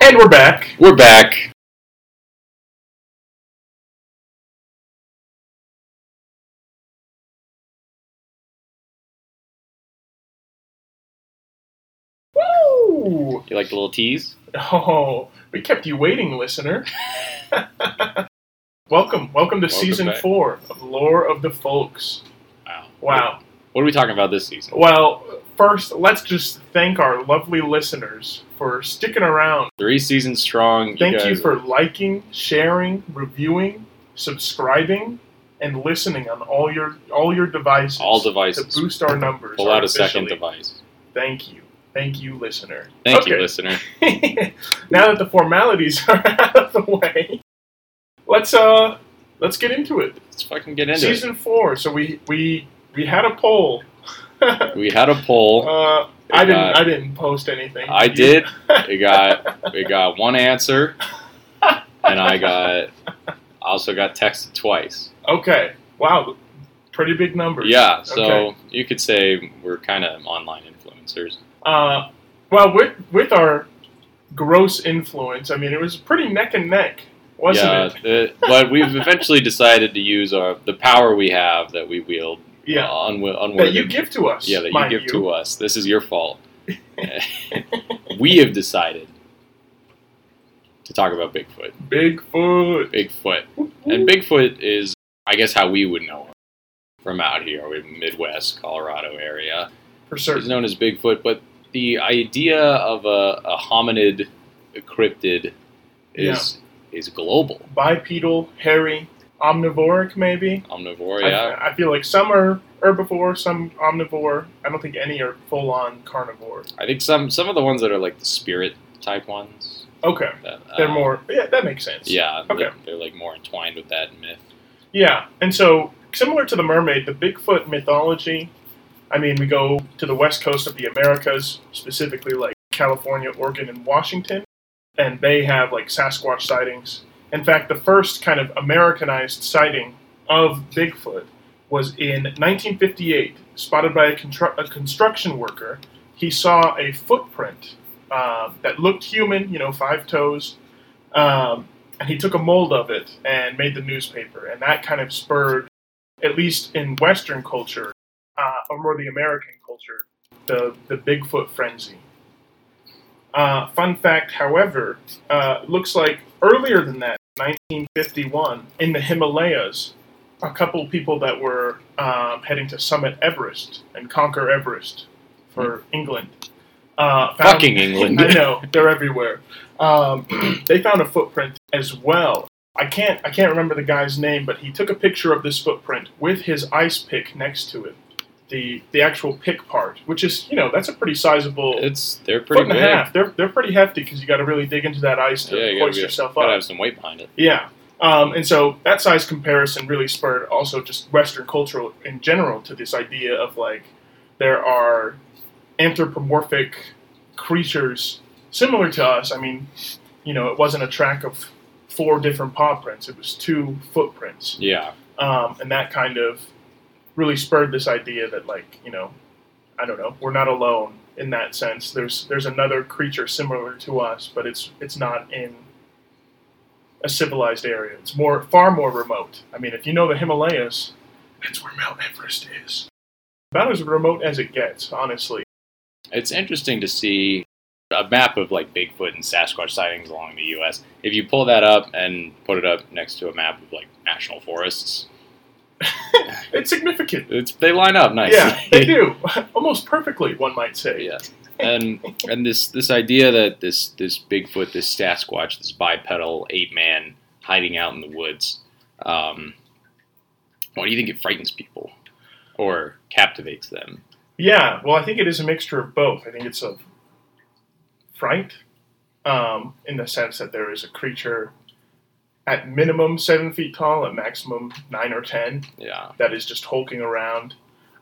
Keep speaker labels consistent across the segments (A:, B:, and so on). A: And we're back.
B: We're back.
A: Woo!
B: You like the little tease?
A: Oh, we kept you waiting, listener. welcome, welcome to season
B: back.
A: four of Lore of the Folks.
B: Wow.
A: Wow.
B: What are we talking about this season?
A: Well, first, let's just thank our lovely listeners for sticking around.
B: Three seasons strong.
A: Thank you
B: guys-
A: for liking, sharing, reviewing, subscribing, and listening on all your all your devices.
B: all devices.
A: to boost our numbers.
B: Pull out a second
A: artificially.
B: device.
A: Thank you. Thank you, listener.
B: Thank you,
A: Okay.
B: listener.
A: now that the formalities are out of the way, let's uh let's get into it.
B: Let's fucking get into
A: Season four. So we we we had a poll. uh,
B: it. We had a poll.
A: I
B: We
A: didn't
B: got-
A: I didn't post anything. Oh,
B: I
A: You-
B: did. We got we got one answer, and I got also got texted twice.
A: Okay. Wow. Pretty big numbers.
B: Yeah, so
A: Okay.
B: you could say we're kind of online influencers.
A: Uh, well, with with our gross influence, I mean, it was pretty neck and neck, wasn't
B: yeah,
A: it?
B: the- but we've eventually decided to use our the power we have that we wield.
A: Yeah.
B: uh, unwi- unworthy
A: That you give to us.
B: Yeah, that you
A: mind
B: give to us. This is your fault. we have decided to talk about Bigfoot.
A: Bigfoot.
B: Bigfoot. And Bigfoot is, I guess, how we would know him from out here, or Midwest, Colorado area.
A: For
B: He's
A: certain.
B: known as Bigfoot, but the idea of a, a hominid a cryptid is is global.
A: Bipedal, hairy, omnivoric, maybe.
B: Omnivore,
A: I-
B: Oh, yeah.
A: I, feel like some are herbivore, some omnivore. I don't think any are full on carnivore.
B: I think some some of the ones that are like the spirit type ones.
A: Okay.
B: That, uh,
A: They're more. Yeah, that makes sense.
B: Yeah,
A: Okay.
B: they're, they're like more entwined with that myth.
A: Yeah, and so similar to the mermaid, the Bigfoot mythology. I mean, we go to the west coast of the Americas, specifically like California, Oregon, and Washington, and they have like Sasquatch sightings. In fact, the first kind of Americanized sighting of Bigfoot was in 1958, spotted by a, constru- a construction worker. He saw a footprint uh, that looked human, you know, five toes, um, and he took a mold of it and made the newspaper, and that kind of spurred, at least in Western culture, uh, or more the American culture, the the Bigfoot frenzy. Uh, fun fact, however, uh, looks like earlier than that, 1951, in the Himalayas, a couple people that were um, heading to summit Everest and conquer Everest for England. Uh, found-
B: Fucking England.
A: I know they're everywhere. Um, they found a footprint as well. I can't I can't remember the guy's name, but he took a picture of this footprint with his ice pick next to it, the the actual pick part, which is you know that's a pretty sizable
B: It's they're pretty
A: foot and
B: big.
A: a half. They're they're pretty hefty because you got to really dig into that ice to
B: Yeah, you gotta,
A: hoist
B: be,
A: yourself
B: gotta
A: up.
B: have some weight behind it.
A: Yeah. Um, and so that size comparison really spurred also just Western culture in general to this idea of like there are anthropomorphic creatures similar to us. I mean, you know, it wasn't a track of four different paw prints, it was two footprints.
B: Yeah,
A: Um, and that kind of really spurred this idea that like, you know, I don't know, we're not alone in that sense. There's there's another creature similar to us, but it's it's not in a civilized area. It's more far more remote. I mean, if you know the Himalayas, that's where Mount Everest is. About as remote as it gets, honestly.
B: it's interesting to see a map of like Bigfoot and Sasquatch sightings along the U.S. If you pull that up and put it up next to a map of like national forests,
A: It's significant.
B: it's they line up nice.
A: Yeah, they do. Almost perfectly, one might say.
B: Yeah. and and this this idea that this this Bigfoot, this Sasquatch, this bipedal ape man hiding out in the woods, um, why do you think it frightens people or captivates them?
A: Yeah, well, I think it is a mixture of both. I think it's of fright, um, in the sense that there is a creature at minimum seven feet tall, at maximum nine or ten,
B: Yeah,
A: that is just hulking around.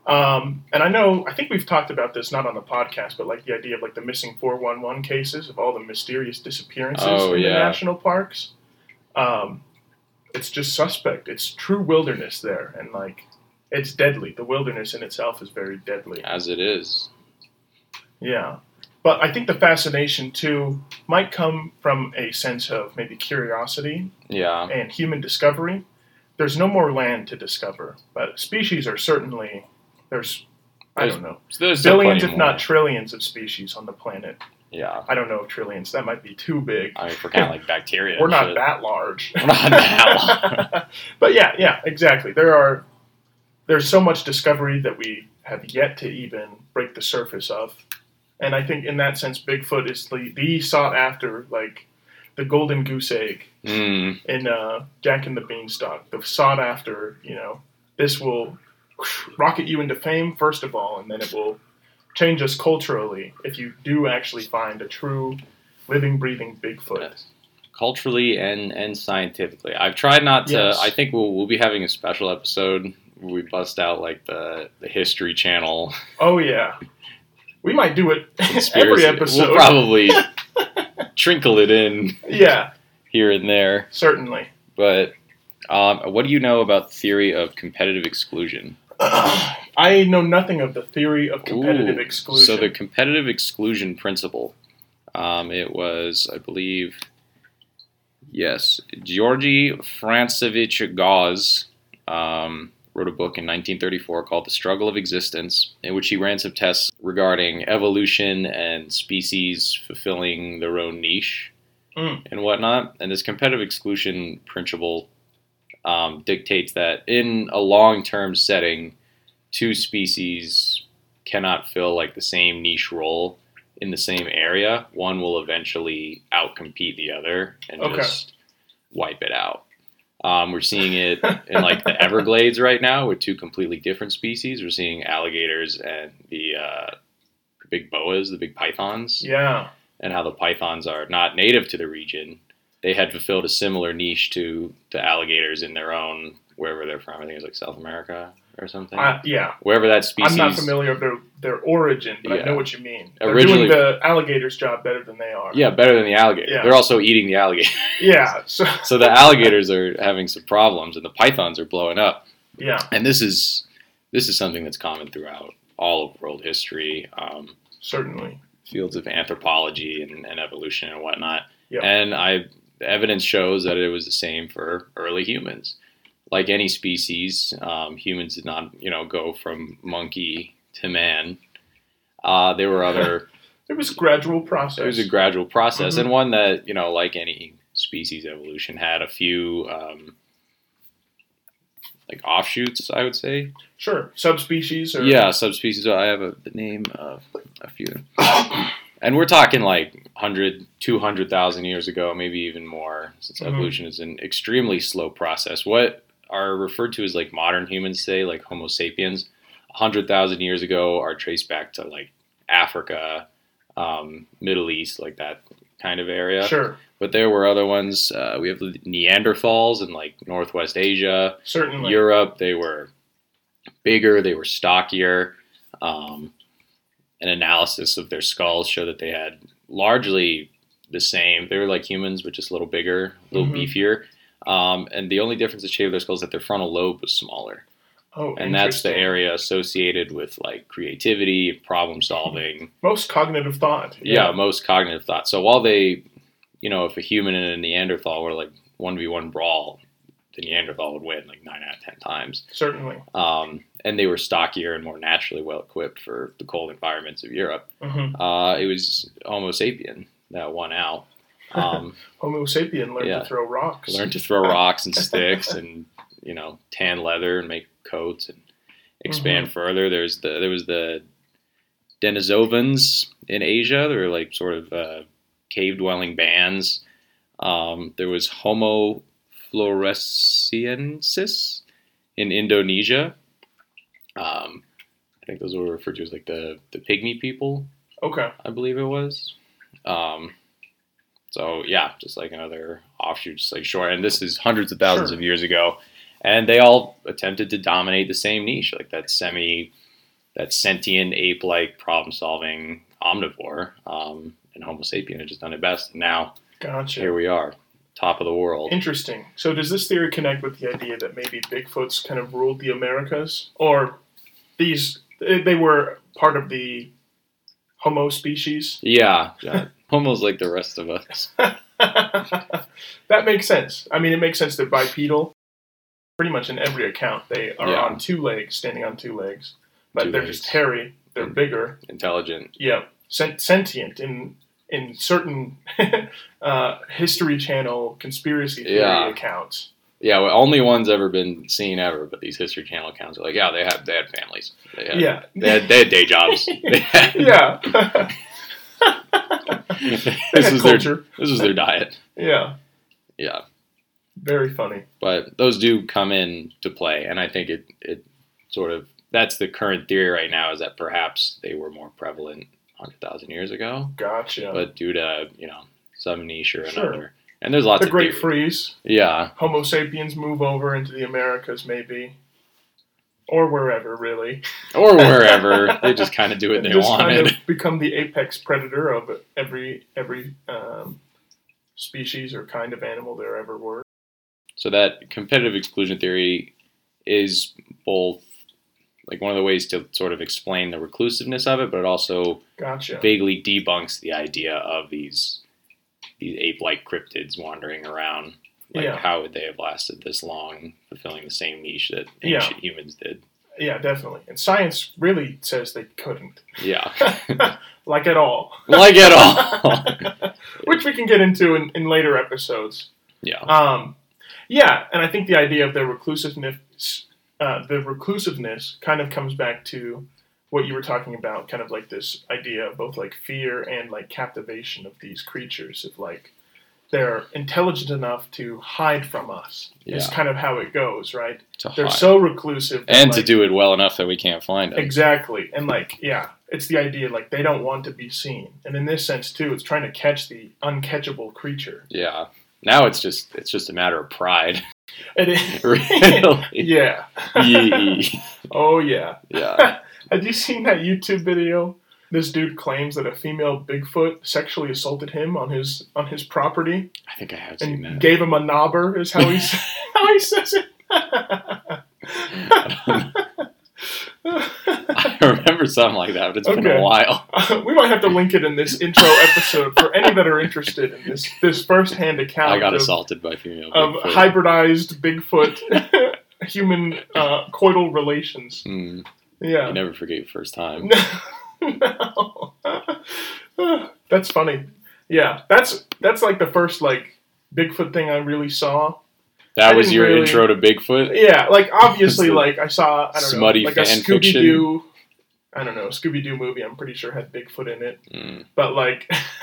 A: Um, and I know, I think we've talked about this not on the podcast, but like the idea of like the missing 411 cases of all the mysterious disappearances
B: Oh,
A: in the
B: yeah.
A: national parks. Um, it's just suspect. It's true wilderness there, and like it's deadly. The wilderness in itself is very deadly.
B: as it is.
A: Yeah. But I think the fascination too might come from a sense of maybe curiosity
B: Yeah.
A: and human discovery. There's no more land to discover, but species are certainly there's I don't know
B: So there's still
A: billions,
B: plenty
A: if
B: more.
A: not trillions, of species on the planet.
B: Yeah.
A: I don't know if trillions. That might be too big.
B: I mean, for kind of like bacteria.
A: We're
B: and
A: not
B: shit.
A: that large.
B: We're not that long.
A: but yeah, yeah, exactly. There are there's so much discovery that we have yet to even break the surface of. And I think in that sense Bigfoot is the, the sought after like the golden goose egg
B: Mm,
A: in uh, Jack and the Beanstalk, the sought after, you know, this will rocket you into fame first of all and then it will change us culturally if you do actually find a true living breathing Bigfoot.
B: yes. Culturally and, and scientifically. I've tried not to.
A: Yes.
B: I think we'll, we'll be having a special episode where we bust out like the, the History Channel
A: Oh yeah. We might do it every
B: conspiracy.
A: episode.
B: We'll probably trinkle it in
A: Yeah,
B: here and there.
A: certainly.
B: But um, what do you know about theory of competitive exclusion?
A: I know nothing of the theory of competitive
B: Ooh,
A: exclusion.
B: So the competitive exclusion principle. Um, it was, I believe, yes, Georgy Francevich Gauze um, wrote a book in 1934 called *The Struggle of Existence*, in which he ran some tests regarding evolution and species fulfilling their own niche
A: Mm.
B: and whatnot. And this competitive exclusion principle um, dictates that in a long-term setting, two species cannot fill like the same niche role in the same area, one will eventually outcompete the other and
A: Okay.
B: just wipe it out. Um, we're seeing it in like the Everglades right now with two completely different species. We're seeing alligators and the uh, big boas, the big pythons
A: yeah.
B: and how the pythons are not native to the region. They had fulfilled a similar niche to the alligators in their own wherever they're from. I think it was like South America or something.
A: I, yeah.
B: wherever that species.
A: I'm not familiar of their, their origin, but I
B: Yeah.
A: know what you mean. They're doing
B: Originally-
A: the alligator's job better than they are.
B: Yeah, better than the alligator.
A: Yeah.
B: They're also eating the alligator.
A: Yeah. So
B: So the alligators are having some problems, and the pythons are blowing up.
A: yeah.
B: And this is this is something that's common throughout all of world history. Um,
A: Certainly.
B: fields of anthropology and, and evolution and whatnot.
A: Yep.
B: And I the evidence shows that it was the same for early humans. Like any species, um, humans did not, you know, go from monkey to man. Uh, there were other.
A: It was a gradual process.
B: It was a gradual process,
A: Mhm.
B: and one that you know, like any species evolution, had a few um, like offshoots. I would say,
A: sure. Subspecies or
B: yeah, subspecies. I have a, the name of a few. And we're talking like 100, 200,000 years ago, maybe even more, since
A: Mhm.
B: evolution is an extremely slow process. What are referred to as like modern humans today, like Homo sapiens, 100,000 years ago are traced back to like Africa, um, Middle East, like that kind of area.
A: sure.
B: But there were other ones. Uh, we have the Neanderthals in like Northwest Asia.
A: Certainly.
B: Europe, they were bigger, they were stockier. Um, an analysis of their skulls showed that they had largely the same. They were like humans, but just a little bigger, a little
A: Mhm.
B: beefier. Um, and the only difference that shaved their skulls is that their frontal lobe was smaller
A: oh,
B: and that's the
A: interesting.
B: area associated with like creativity problem solving
A: Most cognitive thought.
B: yeah. most cognitive thought so while they you know if a human and a neanderthal were like 1v1 brawl the neanderthal would win like 9 out of 10 times
A: Certainly.
B: um, and they were stockier and more naturally well equipped for the cold environments of Europe.
A: hmm
B: Uh, it was Homo sapien that won out. Um,
A: Homo sapien learned
B: Yeah.
A: to throw rocks.
B: learned to throw rocks and sticks, and you know, tan leather and make coats and expand further. There's the there was the Denisovans in Asia. They were like sort of uh, cave dwelling bands. Um, there was Homo floresiensis in Indonesia. Um, I think those were referred to as like the the pygmy people.
A: Okay.
B: I believe it was. Um, so yeah, just like another offshoot, just like short. And this is hundreds of thousands
A: Sure.
B: of years ago, and they all attempted to dominate the same niche, like that semi, that sentient ape-like problem-solving omnivore. Um, and Homo sapien had just done it best. Now
A: Gotcha.
B: here we are, top of the world.
A: Interesting. So, does this theory connect with the idea that maybe Bigfoots kind of ruled the Americas, or these they were part of the Homo species.
B: Yeah, yeah. Homo's like the rest of us.
A: that makes sense. I mean, it makes sense that bipedal, pretty much in every account, they are
B: Yeah.
A: on two legs, standing on two legs, but
B: Two
A: they're
B: legs.
A: just hairy. They're
B: Mm.
A: bigger.
B: Intelligent.
A: Yeah, Sen- sentient in in certain uh, History Channel conspiracy theory
B: Yeah.
A: accounts.
B: Yeah, well, only one's ever been seen ever, but these History Channel accounts are like, yeah, they had they had families. They had,
A: Yeah,
B: They had, they had day jobs. They had-
A: yeah,
B: this is their
A: culture.
B: this is their diet.
A: Yeah,
B: Yeah.
A: very funny.
B: but those do come in to play and i think it, it sort of that's the current theory right now is that perhaps they were more prevalent 100000 years ago
A: Gotcha.
B: but due to you know some niche or
A: Sure.
B: another and there's lots
A: the
B: of
A: Great
B: theory.
A: Freeze.
B: yeah
A: Homo sapiens move over into the Americas, maybe, or wherever, really.
B: or wherever they just kind of do what they
A: Just
B: wanted
A: kind of become the apex predator of every every um, species or kind of animal there ever were.
B: so that competitive exclusion theory is both like one of the ways to sort of explain the reclusiveness of it but it also
A: Gotcha.
B: vaguely debunks the idea of these these ape-like cryptids wandering around. Like,
A: Yeah.
B: how would they have lasted this long, fulfilling the same niche that
A: Yeah.
B: ancient humans did?
A: Yeah, definitely. And science really says they couldn't,
B: Yeah,
A: like at all,
B: like at all.
A: which we can get into in, in later episodes.
B: yeah,
A: Um, yeah, and I think the idea of their reclusiveness, uh, the reclusiveness, kind of comes back to what you were talking about, kind of like this idea of both like fear and like captivation of these creatures, of like they're intelligent enough to hide from us. Is
B: Yeah.
A: kind of how it goes, right?
B: to
A: They're
B: hide.
A: so reclusive, that,
B: and to
A: like-
B: do it well enough that we can't find them.
A: exactly, and like yeah. It's the idea like they don't want to be seen, and in this sense too, it's trying to catch the uncatchable creature.
B: yeah. Now it's just it's just a matter of pride,
A: It is-
B: really.
A: yeah,
B: Yee.
A: oh yeah.
B: yeah.
A: Have you seen that YouTube video? This dude claims that a female Bigfoot sexually assaulted him on his on his property
B: I think I have seen
A: and
B: that.
A: gave him a knobber. Is how he s- how he says it.
B: I remember something like that, but it's been
A: Okay.
B: a while.
A: we might have to link it in this intro episode for any that are interested in this this first hand account
B: I got
A: of,
B: assaulted by female
A: of
B: Bigfoot.
A: hybridized Bigfoot human uh, coital relations.
B: Hmm.
A: Yeah.
B: You never forget your first time.
A: No. that's funny. Yeah, that's that's like the first like Bigfoot thing I really saw. I
B: That was
A: didn't
B: your
A: really-
B: intro to Bigfoot.
A: Yeah, like obviously
B: It's the
A: like I saw I don't
B: smutty
A: know like a
B: fan
A: Scooby
B: fiction.
A: Doo. I don't know Scooby Doo movie. I'm pretty sure had Bigfoot in it,
B: Mm.
A: but like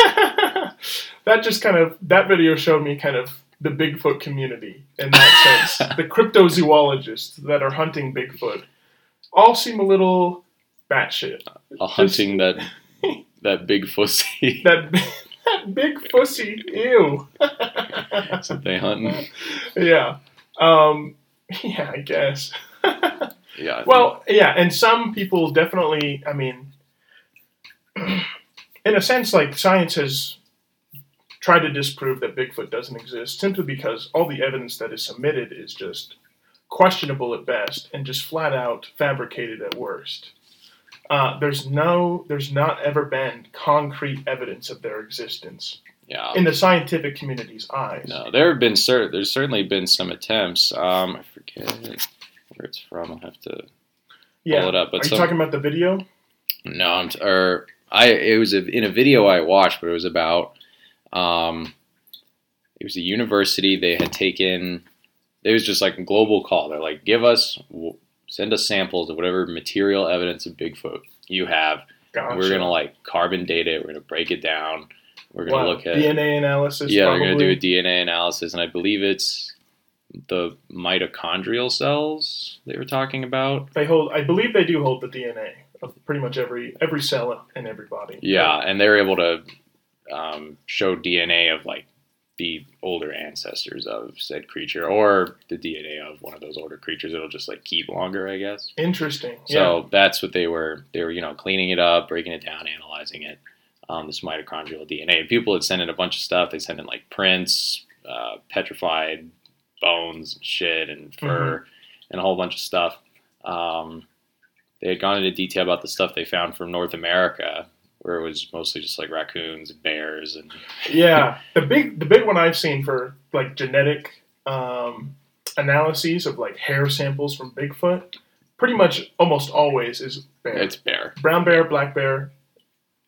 A: that just kind of that video showed me kind of the Bigfoot community in that sense. The cryptozoologists that are hunting Bigfoot all seem a little batshit.
B: A hunting that that big fussy
A: That that big pussy, ew.
B: that they hunting.
A: Yeah. Um, yeah, I guess.
B: Yeah. I think-
A: Well, yeah, and some people definitely, I mean, in a sense, like science has tried to disprove that Bigfoot doesn't exist simply because all the evidence that is submitted is just questionable at best and just flat out fabricated at worst. Uh, there's no, there's not ever been concrete evidence of their existence
B: yeah.
A: in the scientific community's eyes.
B: No, there have been cer There's certainly been some attempts. Um, I forget where it's from. I'll have to pull
A: Yeah.
B: it up.
A: Are
B: But
A: you
B: some,
A: talking about the video?
B: no, I'm t- or I. It was a, in a video I watched, but it was about. Um, it was a university. They had taken. It was just like a global call. They're like, give us, w- send us samples of whatever material evidence of Bigfoot you have.
A: Gotcha.
B: We're gonna like carbon date it. We're gonna break it down. We're gonna
A: Wow.
B: look at
A: DNA analysis.
B: yeah.
A: probably.
B: They're gonna do a DNA analysis, and I believe it's the mitochondrial cells they were talking about.
A: They hold. I believe they do hold the DNA of pretty much every every cell in everybody.
B: Yeah, and they're able to um, show DNA of like the older ancestors of said creature, or the DNA of one of those older creatures. It'll just like keep longer, I guess.
A: Interesting. yeah.
B: So that's what they were. They were, you know, cleaning it up, breaking it down, analyzing it. Um, this mitochondrial DNA. And People had sent in a bunch of stuff. They sent in like prints, uh, petrified bones, and shit, and
A: Mm-hmm.
B: fur, and a whole bunch of stuff. Um, they had gone into detail about the stuff they found from North America, where it was mostly just like raccoons and bears and
A: Yeah, the big the big one I've seen for like genetic um, analyses of like hair samples from Bigfoot, pretty much almost always is bear.
B: it's bear.
A: Brown bear, black bear.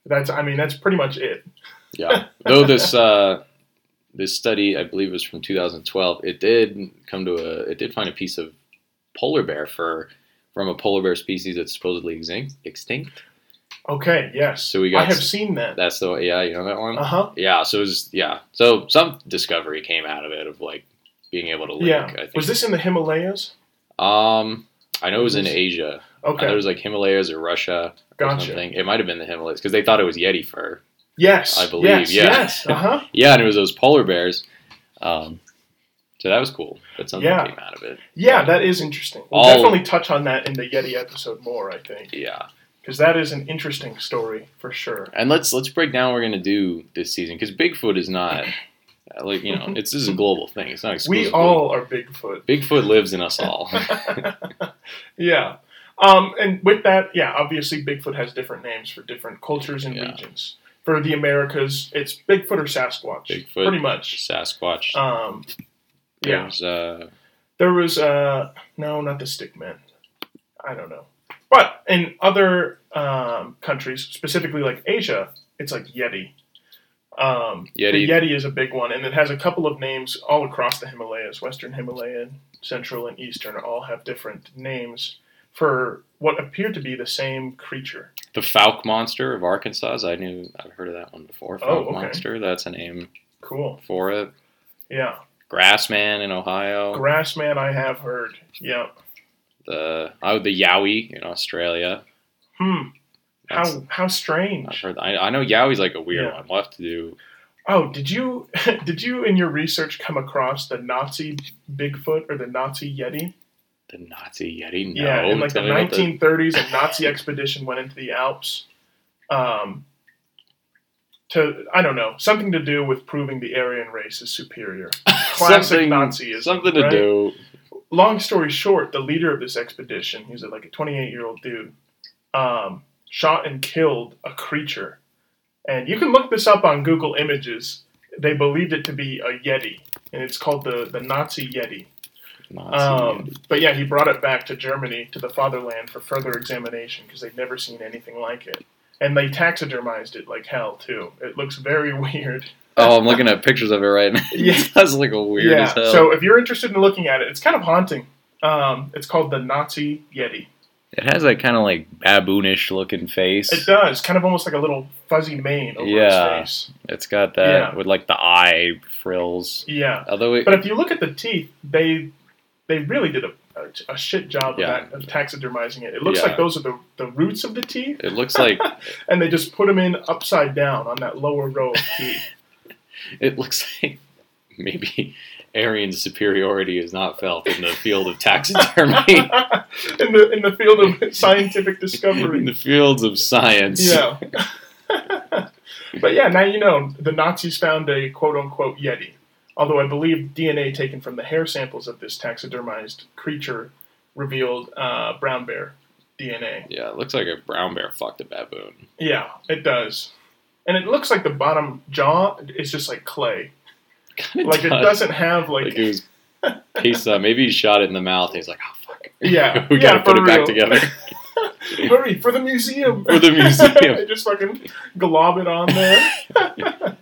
A: That's I mean that's pretty much it.
B: Yeah. Though this uh, this study I believe was from 2012, it did come to a it did find a piece of polar bear fur from a polar bear species that's supposedly extinct. Extinct.
A: Okay, yes,
B: So we
A: I
B: got
A: have seen that.
B: that's the yeah you know that one.
A: Uh huh.
B: Yeah. So it was yeah. So some discovery came out of it of like being able to link.
A: Yeah.
B: I think.
A: Was this in the Himalayas?
B: um. I know it was in
A: Was-
B: Asia. I know it
A: Okay,
B: was like Himalayas or Russia. or
A: gotcha.
B: something. It might have been the Himalayas because they thought it was Yeti fur.
A: Yes,
B: I believe,
A: Yes,
B: yeah.
A: yes. Uh huh.
B: Yeah, and it was those polar bears. Um, so that was cool. That something
A: Yeah.
B: came out of it.
A: Yeah, that is interesting. We'll
B: All-
A: definitely touch on that in the Yeti episode more, I think,
B: Yeah,
A: because that is an interesting story for sure.
B: and let's let's break down what we're gonna do this season because Bigfoot is not uh, like you know it's this is a global thing. It's not
A: We
B: exclusive.
A: all are Bigfoot.
B: Bigfoot lives in us all.
A: Yeah. Um, and with that, yeah, obviously Bigfoot has different names for different cultures and
B: Yeah.
A: regions. For the Americas, it's Bigfoot or Sasquatch,
B: Bigfoot.
A: pretty much.
B: Sasquatch.
A: Um, yeah,
B: There's, uh,
A: there was uh, no, not the Stickman. I don't know, but in other um, countries, specifically like Asia, it's like Yeti. Um,
B: Yeti.
A: The Yeti is a big one, and it has a couple of names all across the Himalayas. Western Himalaya, Central, and Eastern all have different names for what appear to be the same creature.
B: the Falk monster of Arkansas. I knew I've heard of that one before.
A: Oh,
B: Falk
A: okay.
B: monster. That's a name
A: Cool.
B: for it.
A: Yeah.
B: Grassman in Ohio.
A: Grassman, I have heard. Yeah.
B: the oh the Yowie in Australia.
A: Hmm.
B: That's-
A: How how
B: I've
A: strange.
B: heard. I, I know Yowie's like a weird
A: Yeah.
B: one. We'll have to do.
A: Oh, did you did you in your research come across the Nazi Bigfoot or the Nazi Yeti?
B: The Nazi Yeti? No.
A: yeah, in like the
B: Tell me about
A: nineteen-thirties, a Nazi expedition went into the Alps. Um, to I don't know something to do with proving the Aryan race is superior. Classic
B: Something-
A: Nazism,
B: Something to
A: right?
B: do.
A: Long story short, the leader of this expedition, he's like a twenty-eight-year-old dude, um, shot and killed a creature, and you can look this up on Google Images. They believed it to be a yeti, and it's called the the Nazi yeti.
B: Nazi
A: Um,
B: Yeti.
A: but yeah, he brought it back to Germany, to the fatherland, for further examination because they'd never seen anything like it. And they taxidermized it like hell, too. It looks very weird.
B: Oh, I'm looking at pictures of it right now.
A: Yeah.
B: it does look weird
A: yeah.
B: as hell.
A: So if you're interested in looking at it, it's kind of haunting. Um, it's called the Nazi Yeti.
B: it has that kind of like baboonish looking face.
A: It does, kind of almost like a little fuzzy mane over
B: Yeah.
A: his face.
B: It's got
A: that Yeah.
B: with like the eye frills.
A: Yeah.
B: Although it,
A: But if you look at the teeth, they they really did a, a, a shit job
B: Yeah.
A: of, that, of taxidermizing it. It looks
B: Yeah.
A: like those are the, the roots of the teeth.
B: it looks like
A: and they just put him in upside down on that lower row of teeth.
B: it looks like maybe Aryan superiority is not felt in the field of taxidermy.
A: in the in the field of scientific
B: in
A: discovery.
B: the fields of science.
A: Yeah. but yeah, now you know the Nazis found a quote unquote Yeti. Although I believe DNA taken from the hair samples of this taxidermized creature revealed uh, brown bear DNA.
B: Yeah, it looks like a brown bear fucked a baboon.
A: Yeah, it does. And it looks like the bottom jaw is just like clay.
B: Kinda
A: Like it doesn't have
B: Like
A: like
B: it was piece uh, maybe he shot it in the mouth. He's like, oh fuck,
A: yeah.
B: we
A: yeah,
B: gotta put
A: for
B: it back
A: real.
B: together.
A: Hurry for the museum.
B: For the museum.
A: They just fucking glob it on there.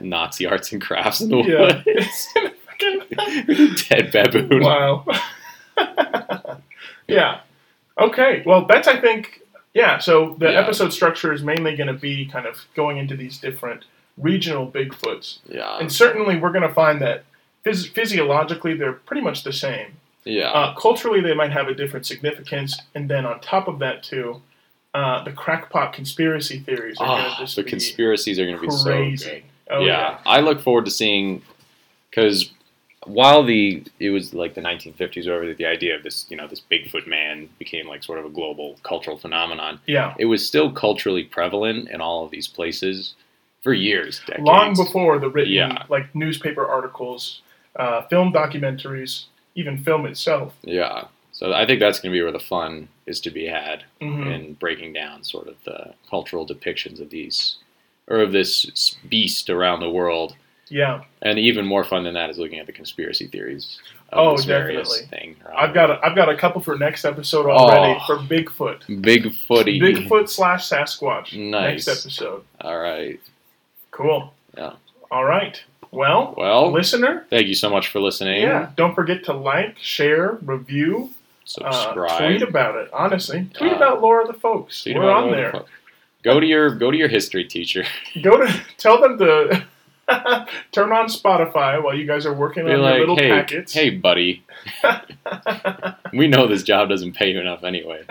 B: Nazi arts and crafts in the
A: Yeah.
B: woods. Dead baboon.
A: wow. yeah. Okay. Well, that's I think yeah. So the
B: Yeah.
A: episode structure is mainly going to be kind of going into these different regional Bigfoots,
B: Yeah,
A: and certainly we're going to find that phys- physiologically they're pretty much the same.
B: yeah.
A: Uh, culturally, they might have a different significance, and then on top of that too. Uh, the crackpot conspiracy theories are going
B: Ah,
A: to just
B: the
A: be
B: conspiracies are going to be
A: crazy.
B: so good.
A: Oh,
B: yeah.
A: yeah.
B: I look forward to seeing because while the it was like the 1950s, or whatever, the idea of this you know this Bigfoot man became like sort of a global cultural phenomenon.
A: Yeah.
B: It was still culturally prevalent in all of these places for years, decades.
A: long before the written
B: Yeah.
A: like newspaper articles, uh, film documentaries, even film itself.
B: Yeah. So I think that's going to be where the fun is to be had
A: Mhm.
B: in breaking down sort of the cultural depictions of these or of this beast around the world.
A: Yeah,
B: And even more fun than that is looking at the conspiracy theories. Of
A: Oh,
B: this various
A: definitely.
B: Thing around
A: I've
B: the
A: got
B: world.
A: a, I've got a couple for next episode already
B: Oh.
A: for Bigfoot,
B: Bigfooty.
A: Bigfoot slash Sasquatch.
B: Nice.
A: Next episode.
B: All right.
A: Cool.
B: Yeah.
A: All right. Well,
B: Well,
A: listener.
B: thank you so much for listening.
A: Yeah. Uh, Don't forget to like, share, review, uh,
B: Subscribe.
A: tweet about it. Honestly, tweet
B: Uh,
A: about Laura the folks.
B: Tweet
A: We're
B: about
A: on
B: what the
A: there.
B: fuck. Go to your go to your history teacher.
A: Go to tell them to turn on Spotify while you guys are working
B: Be
A: on your
B: like,
A: little
B: hey,
A: packets.
B: hey, buddy. we know this job doesn't pay you enough anyway.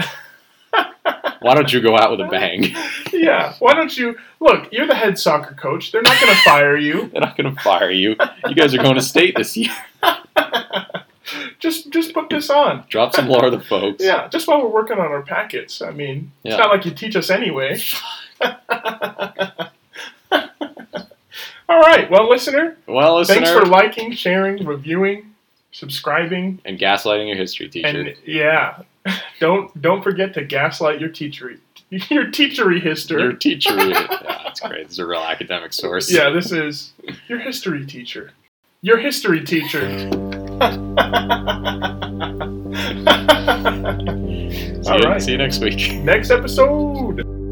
B: Why don't you go out with a bang?
A: Yeah. Why don't you look? You're the head soccer coach. They're not going to fire you.
B: They're not going to fire you. You guys are going to state this year.
A: Just just put this on.
B: Drop some lore the folks.
A: Yeah, just while we're working on our packets. I mean,
B: Yeah.
A: it's not like you teach us anyway. All right. Well, listener,
B: Well, listener,
A: thanks for liking, sharing, reviewing, subscribing,
B: and gaslighting your history teacher.
A: and yeah, don't don't forget to gaslight your teachery, your teachery
B: Your
A: history.
B: teacher. yeah, that's great. This is a real academic source.
A: Yeah, this is your history teacher. Your history teacher.
B: See,
A: all
B: you,
A: right.
B: see you next week.
A: Next episode.